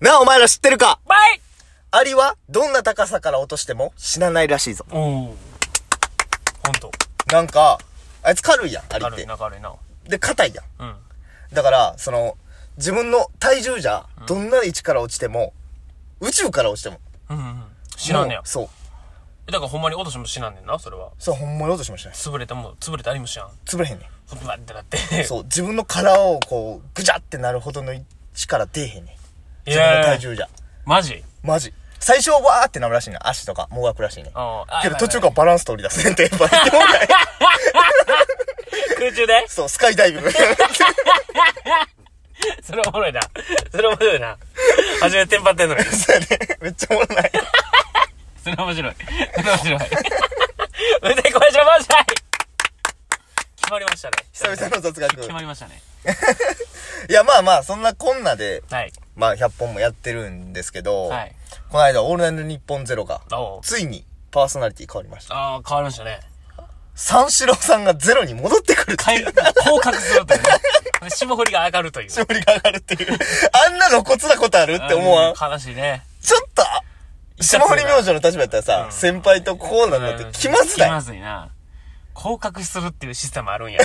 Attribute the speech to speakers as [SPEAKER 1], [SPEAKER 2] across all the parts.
[SPEAKER 1] なあ、お前ら知ってるか
[SPEAKER 2] バイ
[SPEAKER 1] アリは、どんな高さから落としても死なないらしいぞ。
[SPEAKER 2] おお。ほんと。
[SPEAKER 1] なんか、あいつ軽いやん、アリっ
[SPEAKER 2] 軽い
[SPEAKER 1] て。
[SPEAKER 2] な、軽いな。
[SPEAKER 1] で、硬いや
[SPEAKER 2] うん。
[SPEAKER 1] ん。だから、その、自分の体重じゃ、どんな位置から落ちても、宇宙から落ちても。
[SPEAKER 2] うんうん。知らんねや
[SPEAKER 1] もう。そう。
[SPEAKER 2] えだからほんまに落としも知らんねんな、それは。
[SPEAKER 1] そう、ほんまに落としましたね。
[SPEAKER 2] 潰れても、潰れたりも知らん。
[SPEAKER 1] 潰れへんね
[SPEAKER 2] ふわってなって。
[SPEAKER 1] ん。そう、自分の殻をこう、ぐじゃってなるほどの力出えへんねん。
[SPEAKER 2] い
[SPEAKER 1] 自分の
[SPEAKER 2] や
[SPEAKER 1] 体
[SPEAKER 2] ー、
[SPEAKER 1] 重じゃ。
[SPEAKER 2] マジ
[SPEAKER 1] マジ。最初はわーってなるらしいねん。足とか、もがくらしいねん。
[SPEAKER 2] あーあ
[SPEAKER 1] けど
[SPEAKER 2] はいはいはい
[SPEAKER 1] 途中からバランス取り出すねんって、やっ ぱり。
[SPEAKER 2] 空中で
[SPEAKER 1] そう、スカイダイビング。
[SPEAKER 2] それおもろいな。それおもろいな。初めてテンパってんのに。
[SPEAKER 1] そうやね。めっちゃおもろない。
[SPEAKER 2] それ面白い。それ面白い。無敵小島万歳決まりましたね。
[SPEAKER 1] 久々の雑学。
[SPEAKER 2] 決まりましたね。
[SPEAKER 1] いや、まあまあ、そんなこんなで、
[SPEAKER 2] はい。
[SPEAKER 1] まあ、100本もやってるんですけど、
[SPEAKER 2] はい
[SPEAKER 1] この間、オールナイトニッポンゼロが、
[SPEAKER 2] おう
[SPEAKER 1] ついにパーソナリティ変わりました。
[SPEAKER 2] ああ、変わりましたね。
[SPEAKER 1] 三四郎さんがゼロに戻ってくるって
[SPEAKER 2] 回、
[SPEAKER 1] いう、
[SPEAKER 2] 降格するというね。 霜降りが上がるという。
[SPEAKER 1] 絞りが上がるっていう、あんな露骨なことあるって思わん。
[SPEAKER 2] うん悲しいね。
[SPEAKER 1] ちょっと、霜降り明星の立場やったらさ、先輩とこうなんだって気まず
[SPEAKER 2] 気
[SPEAKER 1] な
[SPEAKER 2] ま
[SPEAKER 1] い。
[SPEAKER 2] ずいな。降格するっていうシステムあるんや。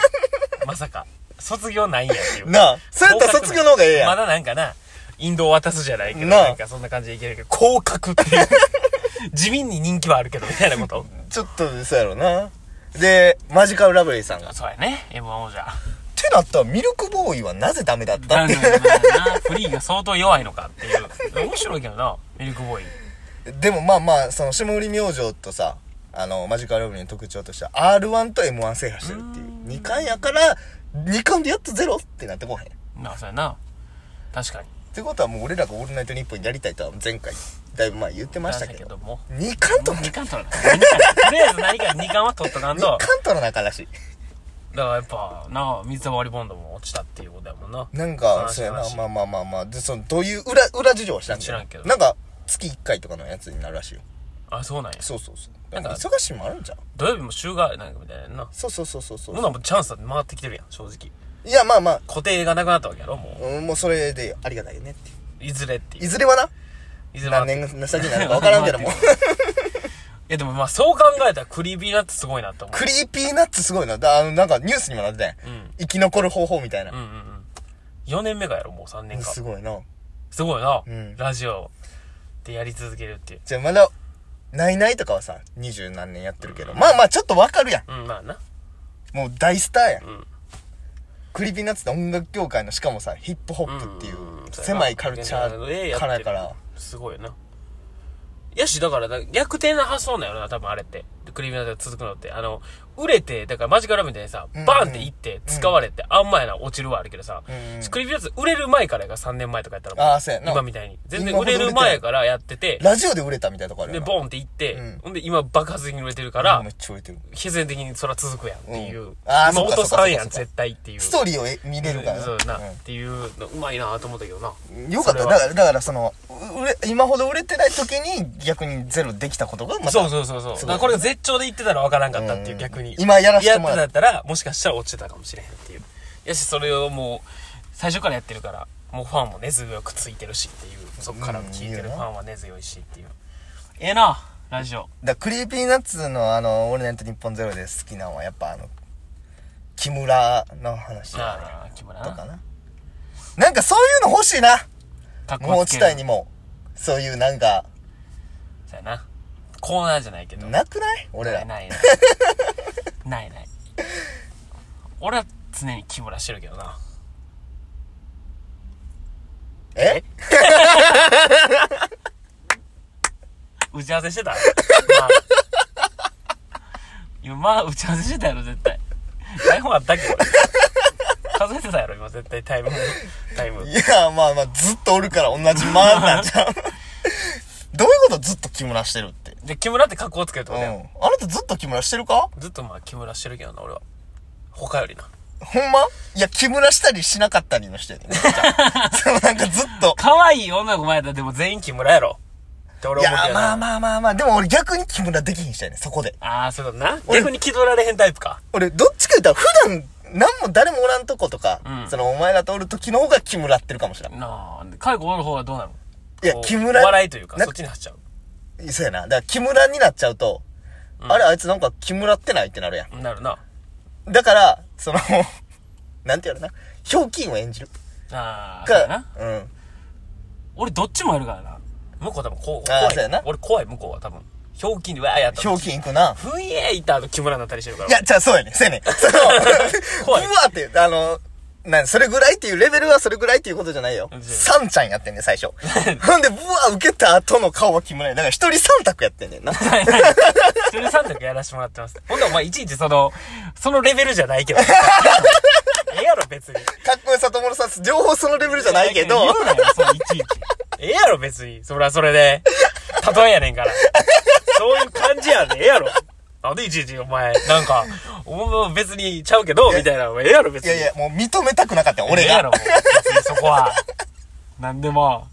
[SPEAKER 2] まさか。卒業ないんやっていう。
[SPEAKER 1] なあ、そうやったら卒業の方がええやん。
[SPEAKER 2] まだなんかな、引導を渡すじゃないけど、
[SPEAKER 1] なあ
[SPEAKER 2] なんかそんな感じでいけるけど、降格っていう。地味に人気はあるけど、みたいなこと。
[SPEAKER 1] ちょっと、そうやろうな。で、マジカルラブリーさんが。っ
[SPEAKER 2] そうやね。M1 王者。
[SPEAKER 1] てなったら、ミルクボーイはなぜダメだった
[SPEAKER 2] な
[SPEAKER 1] っ
[SPEAKER 2] ん
[SPEAKER 1] て
[SPEAKER 2] で
[SPEAKER 1] い
[SPEAKER 2] も
[SPEAKER 1] う
[SPEAKER 2] ないな。フリーが相当弱いのかっていう。面白いけどな、ミルクボーイ。
[SPEAKER 1] でもまあまあ、その、霜降り明星とさ、あの、マジカルラブリーの特徴としては、R1 と M1 制覇してるっていう。2冠やから、2冠でやっとゼロってなってこうへん。っ
[SPEAKER 2] まあ、そうやな。確かに。
[SPEAKER 1] てことはもう俺らがオールナイトニッポンやりたいとは前回、だいぶ前言ってましたけど。
[SPEAKER 2] も。
[SPEAKER 1] 2冠と
[SPEAKER 2] もう
[SPEAKER 1] も、
[SPEAKER 2] 2
[SPEAKER 1] 2
[SPEAKER 2] 巻取らな。何かとりあえず何か2巻は取っとかんと。だか
[SPEAKER 1] 冠との中らしい。
[SPEAKER 2] らやっぱ、なあ、水溜りボンドも落ちたっていうことやもんな。
[SPEAKER 1] なんか、
[SPEAKER 2] 悲しい
[SPEAKER 1] そうやな
[SPEAKER 2] 悲し、い
[SPEAKER 1] まあまあまあまあ、で、その、どういう裏、裏事情は知らんけど。
[SPEAKER 2] 知らんけど
[SPEAKER 1] なんか、月1回とかのやつになるらしいよ。
[SPEAKER 2] あ、そうなんや。
[SPEAKER 1] そうそうそう。な
[SPEAKER 2] なんん
[SPEAKER 1] か
[SPEAKER 2] か
[SPEAKER 1] 忙しいもあるんじゃん。
[SPEAKER 2] 土曜日も週がなんかみたいなな。
[SPEAKER 1] そうそうそうそうそ
[SPEAKER 2] ほ
[SPEAKER 1] う。
[SPEAKER 2] なもうチャンスだって回ってきてるやん、正直。
[SPEAKER 1] いや、まあまあ、
[SPEAKER 2] 固定がなくなったわけやろ、も。
[SPEAKER 1] うん、もうそれでありがたいよねっていう
[SPEAKER 2] いずれって
[SPEAKER 1] う。
[SPEAKER 2] い。
[SPEAKER 1] いうずれはな、
[SPEAKER 2] いずれは
[SPEAKER 1] 何年先になるか分からんけども。
[SPEAKER 2] え、でもまあそう考えたらクリーピーナッツすごいなって思
[SPEAKER 1] クリーピーナッツすごいな。だあの、なんかニュースにもなってたやん。
[SPEAKER 2] ん
[SPEAKER 1] 生き残る方法みたいな
[SPEAKER 2] う。う。んうんうん。4年目かやろ、もう3年か。
[SPEAKER 1] すごいな。
[SPEAKER 2] すごいな、
[SPEAKER 1] ん
[SPEAKER 2] ラジオでやり続けるっていう。
[SPEAKER 1] じゃあまだ、ないないとかはさ、二十何年やってるけど。まあまあ、ちょっとわかるや
[SPEAKER 2] うん、まあな。
[SPEAKER 1] ん。もう大スターやん。
[SPEAKER 2] ん
[SPEAKER 1] クリーピーナッツって音楽業界の、しかもさ、ヒップホップっていう
[SPEAKER 2] うん、
[SPEAKER 1] 狭いカルチャーからやから。
[SPEAKER 2] すごいな。やし、だからだ、逆転な発想なんやろな、多分あれって。クリームナッツが続くのって。あの、売れて、だからマジカルラブみたいにさ、
[SPEAKER 1] ん
[SPEAKER 2] バーンっていって、使われて、あんまやな、落ちるはあるけどさ、
[SPEAKER 1] うん
[SPEAKER 2] クリームナッツ売れる前からやから3年前とかやったら
[SPEAKER 1] あーそうやな
[SPEAKER 2] 今みたいに。全然売れる前からやってて、
[SPEAKER 1] ラジオで売れたみたいなとこある
[SPEAKER 2] で、
[SPEAKER 1] よな。
[SPEAKER 2] ボーンっていって、
[SPEAKER 1] うん
[SPEAKER 2] ほんで今爆発的に売れてるから
[SPEAKER 1] めっ、ちゃ売れてる。
[SPEAKER 2] 必然的にそら続くやんっていう。
[SPEAKER 1] うんあー
[SPEAKER 2] 今
[SPEAKER 1] そっか
[SPEAKER 2] 落とさんや
[SPEAKER 1] そ
[SPEAKER 2] ん、
[SPEAKER 1] っかそっか
[SPEAKER 2] 絶対っていう。
[SPEAKER 1] ストーリーをえ見れるからな。
[SPEAKER 2] そうな、
[SPEAKER 1] うん
[SPEAKER 2] っていうの、うまいなと思ったけどな。
[SPEAKER 1] よかった。だ
[SPEAKER 2] それは
[SPEAKER 1] から、だからその、う売れ、今ほど売れてない時に逆にゼロできたことがまた。
[SPEAKER 2] そうそうそうそう。だからこれが絶頂で言ってたら分からんかったっていううん逆に。
[SPEAKER 1] 今やらせてもらう
[SPEAKER 2] やってたら、もしかしたら落ちてたかもしれへんっていう。やし、それをもう、最初からやってるから、もうファンも根強くついてるしっていう。そっから聞いて
[SPEAKER 1] うんいいよ
[SPEAKER 2] る
[SPEAKER 1] な
[SPEAKER 2] ファンは根強いしっていう。ええなラジオ。
[SPEAKER 1] だからクリーピーナッツのあの、オールナイトニッポンゼロで好きなのはやっぱあの、木村の話だね
[SPEAKER 2] ああ、木村
[SPEAKER 1] とか
[SPEAKER 2] な。
[SPEAKER 1] な。なんかそういうの欲しいな。
[SPEAKER 2] かっ
[SPEAKER 1] もう
[SPEAKER 2] こ
[SPEAKER 1] 地
[SPEAKER 2] つけ
[SPEAKER 1] 帯
[SPEAKER 2] る。
[SPEAKER 1] にも。そういうなんか、
[SPEAKER 2] そうやな。コーナーじゃないけど。
[SPEAKER 1] なくない俺ら。
[SPEAKER 2] ないない。ないない。俺は常に木村してるけどな。
[SPEAKER 1] え
[SPEAKER 2] 打ち合わせしてたまあ。今、まあ、打ち合わせしてたやろ、絶対。台本あったっけこれ数えてたやろ、今、絶対タイム。タイム。
[SPEAKER 1] いや、まあまあ、ずっとおるから同じ間なんじゃん。どういうことずっと木村してるって。
[SPEAKER 2] で、木村って格好つけるって
[SPEAKER 1] うん。
[SPEAKER 2] こ
[SPEAKER 1] あ
[SPEAKER 2] とや、
[SPEAKER 1] なたずっと木村してるか
[SPEAKER 2] ずっとまあ、木村してるけどな、俺は。他よりな。
[SPEAKER 1] ほんまいや、木村したりしなかったりの人や ね。そのなんかずっと。
[SPEAKER 2] 可愛い女の子前だ、でも全員木村やろ。って俺
[SPEAKER 1] いや
[SPEAKER 2] 思うけ、どな。
[SPEAKER 1] まあまあまあまあ、でも俺逆に木村できひん人やね、そこで。
[SPEAKER 2] あーそういうことな。逆に気取られへんタイプか。
[SPEAKER 1] 俺、どっちか言ったら普段何も誰もおらんとことか、
[SPEAKER 2] うん
[SPEAKER 1] そのお前らとおる時の方が木村ってるかもしれん。
[SPEAKER 2] なあ、介護の方はどうなの
[SPEAKER 1] いや
[SPEAKER 2] こう
[SPEAKER 1] 木村
[SPEAKER 2] お笑いというか、
[SPEAKER 1] な
[SPEAKER 2] そっちに走っちゃ
[SPEAKER 1] そうやな。だから木村になっちゃうと、あれあいつなんか木村ってないってなるやん。
[SPEAKER 2] う。なるな。
[SPEAKER 1] だから、その、 なんて言うのかな。ひょうきんを演じる。
[SPEAKER 2] ああ、そうや
[SPEAKER 1] か
[SPEAKER 2] な。、
[SPEAKER 1] うん。
[SPEAKER 2] 俺どっちもやるからな。向こう多分こう、
[SPEAKER 1] あー
[SPEAKER 2] 怖い。
[SPEAKER 1] そうやな
[SPEAKER 2] 俺怖い、向こうは多分。ひょうきんで、わーやった
[SPEAKER 1] ひょうきん行くな。
[SPEAKER 2] ふんえーいた後木村になったりしてるから。、
[SPEAKER 1] いや、じゃあそうやねん。そうやねん。その
[SPEAKER 2] 怖いう
[SPEAKER 1] わって、あの、なんそれぐらいっていう、レベルはそれぐらいっていうことじゃないよ。サンちゃんやってんねん、 最初。ほんで、ブワー受けた後の顔は木村や。だから一人三択やってんねんな。
[SPEAKER 2] はいはい。一人三択やらしてもらってます。ほんならお前いちいちその、そのレベルじゃない けど。ええやろ別に。
[SPEAKER 1] かっこよさともろさ、情報そのレベルじゃないけど、
[SPEAKER 2] 言うなよ、そのいちいち。ええやろ別に。それはそれで。例えやねんから。そういう感じやねん。ええやろ。なんでいちいちお前、なんか、お前も別にちゃうけど、みたいな。お前ええやろ別
[SPEAKER 1] い
[SPEAKER 2] に。
[SPEAKER 1] やいや、もう認めたくなかったよ、俺
[SPEAKER 2] ええや
[SPEAKER 1] が
[SPEAKER 2] ろ。もう別にそこは。なんでも。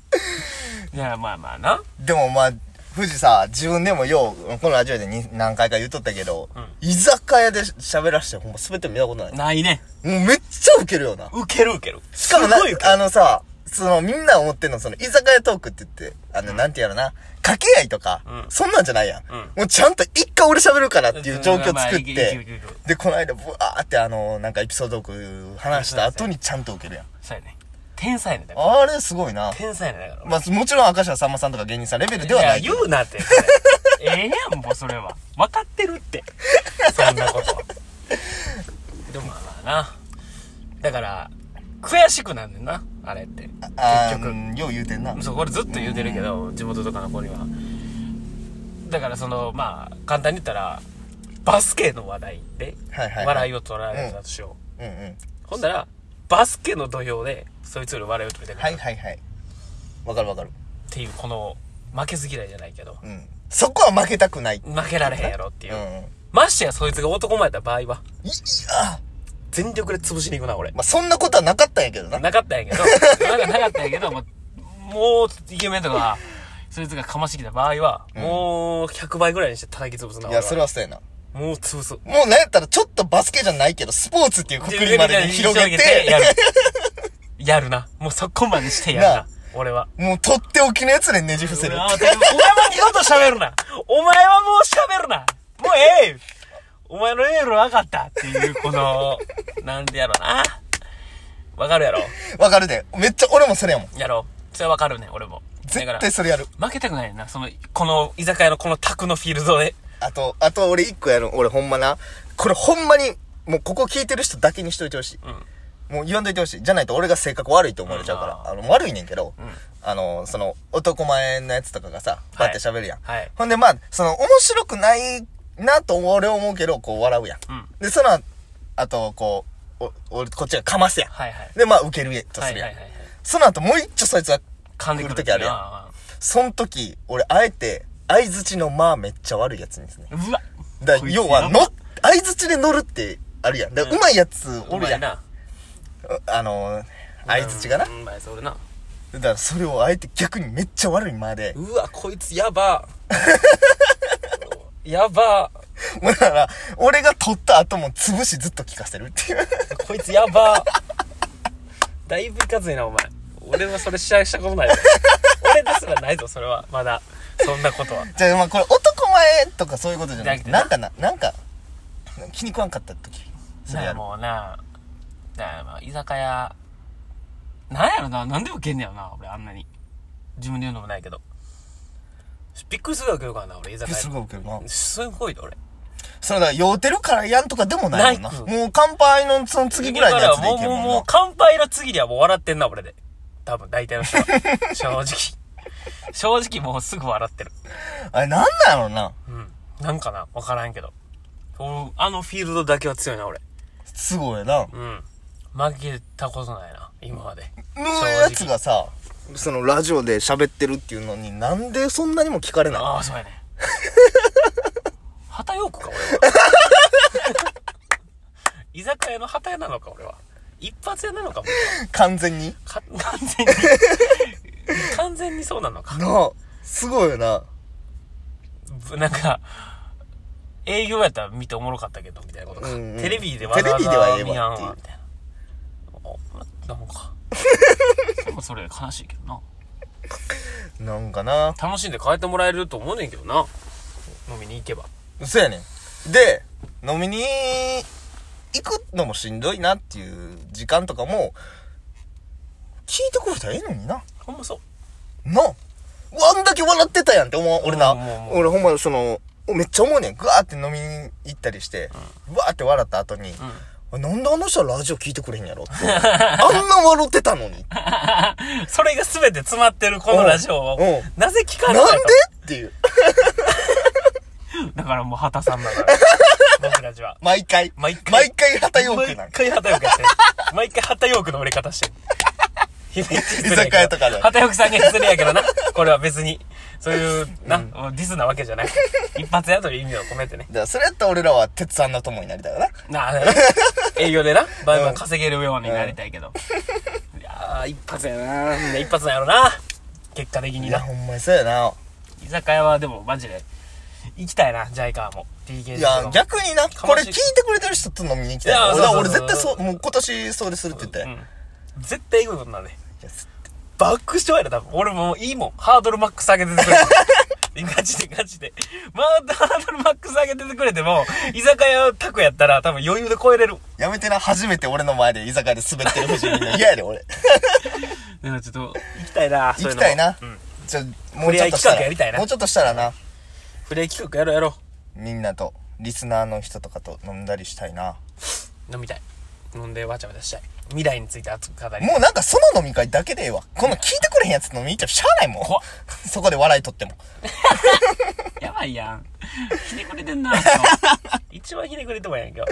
[SPEAKER 2] いや、まあまあな。
[SPEAKER 1] でもまあ、富士さ、自分でもよう、このラジオでに何回か言っとったけど、居酒屋で喋らしてほんま全て見たことない。も
[SPEAKER 2] ないね。
[SPEAKER 1] うめっちゃウケるよな。
[SPEAKER 2] ウケるウケる。
[SPEAKER 1] しかもな
[SPEAKER 2] すごいウケる、
[SPEAKER 1] あのさ、そのみんな思ってんの、その居酒屋トークって言って、あの、なんてやろな、掛け合いとか、
[SPEAKER 2] うん
[SPEAKER 1] そんなんじゃないやん。
[SPEAKER 2] ん
[SPEAKER 1] もうちゃんと一回俺喋るからっていう状況
[SPEAKER 2] まあまあ
[SPEAKER 1] 作っ
[SPEAKER 2] いけいけいけ
[SPEAKER 1] て
[SPEAKER 2] いけ、
[SPEAKER 1] で、この間、ブワーってあの、なんかエピソードトーク話した後にちゃんと受けるやん。
[SPEAKER 2] そうやね。天才ね。だから
[SPEAKER 1] あれすごいな。
[SPEAKER 2] 天才ね。だから。
[SPEAKER 1] まあ、もちろん、明石家さんまさんとか芸人さんレベルではない
[SPEAKER 2] い
[SPEAKER 1] け
[SPEAKER 2] や
[SPEAKER 1] ど。
[SPEAKER 2] 言うなって。それええやん、もうそれは。分かってるって。そんなことは。でもまあまあな。だから、悔しくなんねんな、あれって。
[SPEAKER 1] あ
[SPEAKER 2] 結局。
[SPEAKER 1] ーよう言うてんな。
[SPEAKER 2] そう、これずっと言うてるけど、地元とかの子には。だからその、まあ、簡単に言ったら、バスケの話題で、
[SPEAKER 1] はいはいはい
[SPEAKER 2] 笑いを取られたとしよう。
[SPEAKER 1] うんうん。
[SPEAKER 2] ほんなら、バスケの土俵で、そいつより笑いを取りたくな
[SPEAKER 1] は
[SPEAKER 2] る
[SPEAKER 1] いはいはい。わかるわかる。
[SPEAKER 2] っていう、この、負けず嫌いじゃないけど、
[SPEAKER 1] うん。そこは負けたくない。
[SPEAKER 2] 負けられへんやろっていうう。
[SPEAKER 1] ん。
[SPEAKER 2] ましてやそいつが男前やった場合は、
[SPEAKER 1] いや
[SPEAKER 2] 全力で潰しに行くな、俺。
[SPEAKER 1] まあ、そんなことはなかったんやけどな。
[SPEAKER 2] なかったんやけど、なんかなかったんやけど、もう、もうイケメンとか、そいつがかましてきた場合は、もう100倍ぐらいにして叩き潰すな、
[SPEAKER 1] い
[SPEAKER 2] 俺
[SPEAKER 1] や、それはそうやな。
[SPEAKER 2] もう潰す。
[SPEAKER 1] もうなんやったらちょっとバスケじゃないけど、スポーツっていうくくりまでに広げ
[SPEAKER 2] や
[SPEAKER 1] て、
[SPEAKER 2] る。 やるな。もうそこまでしてやる
[SPEAKER 1] な
[SPEAKER 2] な、俺は。
[SPEAKER 1] もうとっておきのやつでねじ伏せ
[SPEAKER 2] 俺
[SPEAKER 1] る。
[SPEAKER 2] はお前は二度と喋るなお前はもう喋るなもうええお前のエール分かったっていう、こ の、なんでやろな。わかるやろ
[SPEAKER 1] わかるで。めっちゃ俺もそれやもん。
[SPEAKER 2] やろう。それはわかるね、俺も。だ
[SPEAKER 1] 絶
[SPEAKER 2] から、
[SPEAKER 1] 対それやる。
[SPEAKER 2] 負けたくないねんな。その、この居酒屋のこの卓のフィールドで。
[SPEAKER 1] あと、あと俺一個やる。俺ほんまな。これほんまに、もうここ聞いてる人だけにしといてほしい。もう言わんといてほしい。じゃないと俺が性格悪いと思われちゃうから。あの、悪いねんけど、あの、その、男前のやつとかがさ、バって喋るやん。
[SPEAKER 2] はい
[SPEAKER 1] ほんでまあ、その、面白くないなと俺思うけど、こう笑うやん。
[SPEAKER 2] うん
[SPEAKER 1] で、その、あと、こう、お、俺、こっちがかますやん。
[SPEAKER 2] はいはい。
[SPEAKER 1] で、まあ、受けると
[SPEAKER 2] は
[SPEAKER 1] す
[SPEAKER 2] い
[SPEAKER 1] る
[SPEAKER 2] はい
[SPEAKER 1] やん。
[SPEAKER 2] はいはい。
[SPEAKER 1] その後、もう一丁そいつが
[SPEAKER 2] 噛んで
[SPEAKER 1] 来
[SPEAKER 2] く
[SPEAKER 1] る
[SPEAKER 2] る
[SPEAKER 1] 時あるやん。
[SPEAKER 2] な
[SPEAKER 1] その時、俺、あえて、相づちのまあめっちゃ悪いやつにですね。
[SPEAKER 2] うわ
[SPEAKER 1] だ
[SPEAKER 2] こいつ
[SPEAKER 1] 要は、
[SPEAKER 2] やば
[SPEAKER 1] の、相づちで乗るって、あるやん。だうまいやつ、
[SPEAKER 2] お
[SPEAKER 1] おる
[SPEAKER 2] 前
[SPEAKER 1] やん。あ
[SPEAKER 2] な。
[SPEAKER 1] あのー、相づちがな。
[SPEAKER 2] うん、まあそれな。
[SPEAKER 1] だから、それをあえて逆にめっちゃ悪い間で。
[SPEAKER 2] うわ、こいつ やば。やば。
[SPEAKER 1] もうだから、俺が取った後も潰しずっと聞かせるっていう。
[SPEAKER 2] こいつやば。だいぶいかずいな、お前。俺はそれ試合したことないぞ。俺ですらないぞ、それは。まだ。そんなことは。
[SPEAKER 1] じゃあ、まあ、これ、男前とかそういうことじゃなくて、
[SPEAKER 2] じゃ
[SPEAKER 1] な
[SPEAKER 2] なん
[SPEAKER 1] かな、なんか、気に食わんかった時。そ
[SPEAKER 2] そ
[SPEAKER 1] れ
[SPEAKER 2] れ
[SPEAKER 1] やる。
[SPEAKER 2] もうな、だからまあ、居酒屋、なんやろな、なんで受けんねやろな、俺あんなに。自分で言うのもないけど。びっくりするわけよからな、俺居酒屋。
[SPEAKER 1] すごい受けるな。
[SPEAKER 2] すごいで、俺。
[SPEAKER 1] それだ、酔うてるからやんとかでもないもんな。
[SPEAKER 2] ない
[SPEAKER 1] もう乾杯のその次ぐらいのやつでいける
[SPEAKER 2] もう、
[SPEAKER 1] もん
[SPEAKER 2] もう、
[SPEAKER 1] な
[SPEAKER 2] もう、。乾杯の次にはもう笑ってんな、俺で。多分、大体の 人は。正直。正直もうすぐ笑ってる。
[SPEAKER 1] あれ、なんなんやろうな。
[SPEAKER 2] うん。なんかな、わからんけど。おあのフィールドだけは強いな、俺。
[SPEAKER 1] すごいな。も
[SPEAKER 2] うん。負けたことないな、今まで。
[SPEAKER 1] うやつがさ、そのラジオで喋ってるっていうのになんでそんなにも聞かれない
[SPEAKER 2] ああ、そうやね。旗ヨーク か、俺は。居酒屋の旗屋なのか、俺は。一発屋なのか、 も
[SPEAKER 1] 完全に。
[SPEAKER 2] か完全に。完全にそうなのか。
[SPEAKER 1] なあ。すごいよな。
[SPEAKER 2] ぶなんか、営業やったら見ておもろかったけど、みたいなことか。
[SPEAKER 1] うんうん
[SPEAKER 2] テレビでわざわ
[SPEAKER 1] テレビでは
[SPEAKER 2] ざ
[SPEAKER 1] ええわ
[SPEAKER 2] 見やん
[SPEAKER 1] っていう
[SPEAKER 2] わ、みたいな。あ、なんか。でもそれ悲しいけどな。
[SPEAKER 1] なんかな。
[SPEAKER 2] 楽しんで帰ってもらえると思うねんけどな。飲みに行けば。
[SPEAKER 1] そうやねん。で、飲みに行くのもしんどいなっていう時間とかも、聞いてくれたらええのにな。
[SPEAKER 2] ほんまそう。
[SPEAKER 1] なあうわあんだけ笑ってたやんって思う、俺な
[SPEAKER 2] うんうんう。ん
[SPEAKER 1] 俺ほんまその、めっちゃ思うねん。ぐわーって飲みに行ったりして、うわーって笑った後に、なんであの人はラジオ聞いてくれへんやろって。あんな笑ってたのに。
[SPEAKER 2] それが全て詰まってるこのラジオを
[SPEAKER 1] うんうん、
[SPEAKER 2] なぜ聞か
[SPEAKER 1] なん
[SPEAKER 2] な
[SPEAKER 1] で
[SPEAKER 2] いの
[SPEAKER 1] っていう。
[SPEAKER 2] だからもう畑さん だから。僕たちは。
[SPEAKER 1] 毎回。
[SPEAKER 2] 毎回
[SPEAKER 1] 毎回旗よくな
[SPEAKER 2] 毎
[SPEAKER 1] んか。
[SPEAKER 2] 回畑ヨークやってる。毎回畑ヨークの売れ方してる。居
[SPEAKER 1] 居酒屋とかで
[SPEAKER 2] 畑ヨークさんが失礼やけどな。これは別に、そういう、な、ディスなわけじゃ ない。一発やという意味を込めてね。
[SPEAKER 1] だからそれやったら俺らは鉄さんの友になりたいよな。
[SPEAKER 2] なあ、営業でな、バンバン稼げるようになりたいけど。いやー、一発やなみんな一発なんやろな。結果的に
[SPEAKER 1] いや、
[SPEAKER 2] な。
[SPEAKER 1] ほんまにそうやな。
[SPEAKER 2] 居酒屋はでもマジで、行きたいな、ジャイカーも。TK
[SPEAKER 1] いや、逆にな、これ聞いてくれてる人と飲みに行きたい
[SPEAKER 2] い
[SPEAKER 1] な。
[SPEAKER 2] や
[SPEAKER 1] だから俺
[SPEAKER 2] そうそ
[SPEAKER 1] 絶
[SPEAKER 2] う
[SPEAKER 1] 対
[SPEAKER 2] そう
[SPEAKER 1] そう、もう今年それするって言って。
[SPEAKER 2] うん。絶対行くことになるね。
[SPEAKER 1] いやす
[SPEAKER 2] 爆笑やろ、多分。俺もういいもん。ハードルマックス上げてて くれて。ガチでガチで。まあ、ハードルマックス上げててくれても、居酒屋タクやったら多分余裕で超えれる。
[SPEAKER 1] やめてな、初めて俺の前で居酒屋で滑ってる藤井みんな嫌やで俺。
[SPEAKER 2] でもちょっと、行きたいな。
[SPEAKER 1] 行きたいな
[SPEAKER 2] そううのもう
[SPEAKER 1] ちょ、もう
[SPEAKER 2] ん。
[SPEAKER 1] ちょっとした
[SPEAKER 2] 触れ合い企画やりたい
[SPEAKER 1] ら、
[SPEAKER 2] な
[SPEAKER 1] もうちょっとしたらな、
[SPEAKER 2] フレー企画やろうやろ
[SPEAKER 1] みんなと、リスナーの人とかと飲んだりしたいな。
[SPEAKER 2] う。飲みたい。飲んでわちゃわちゃしたい。未来について熱く語り。
[SPEAKER 1] もうなんかその飲み会だけでええわ。この聞いてくれへんやつ飲みに行っちゃしゃあないもん
[SPEAKER 2] 怖っ。
[SPEAKER 1] そこで笑いとっても。
[SPEAKER 2] やばいやん。ひねくれて んな。一番ひねくれてもやんけど。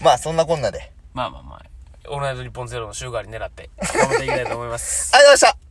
[SPEAKER 1] まあそんなこんなで。
[SPEAKER 2] まあまあまあ。オールナイトニッポンゼロの週替わり狙って、頑張っていきたいと思います。
[SPEAKER 1] ありがとうございました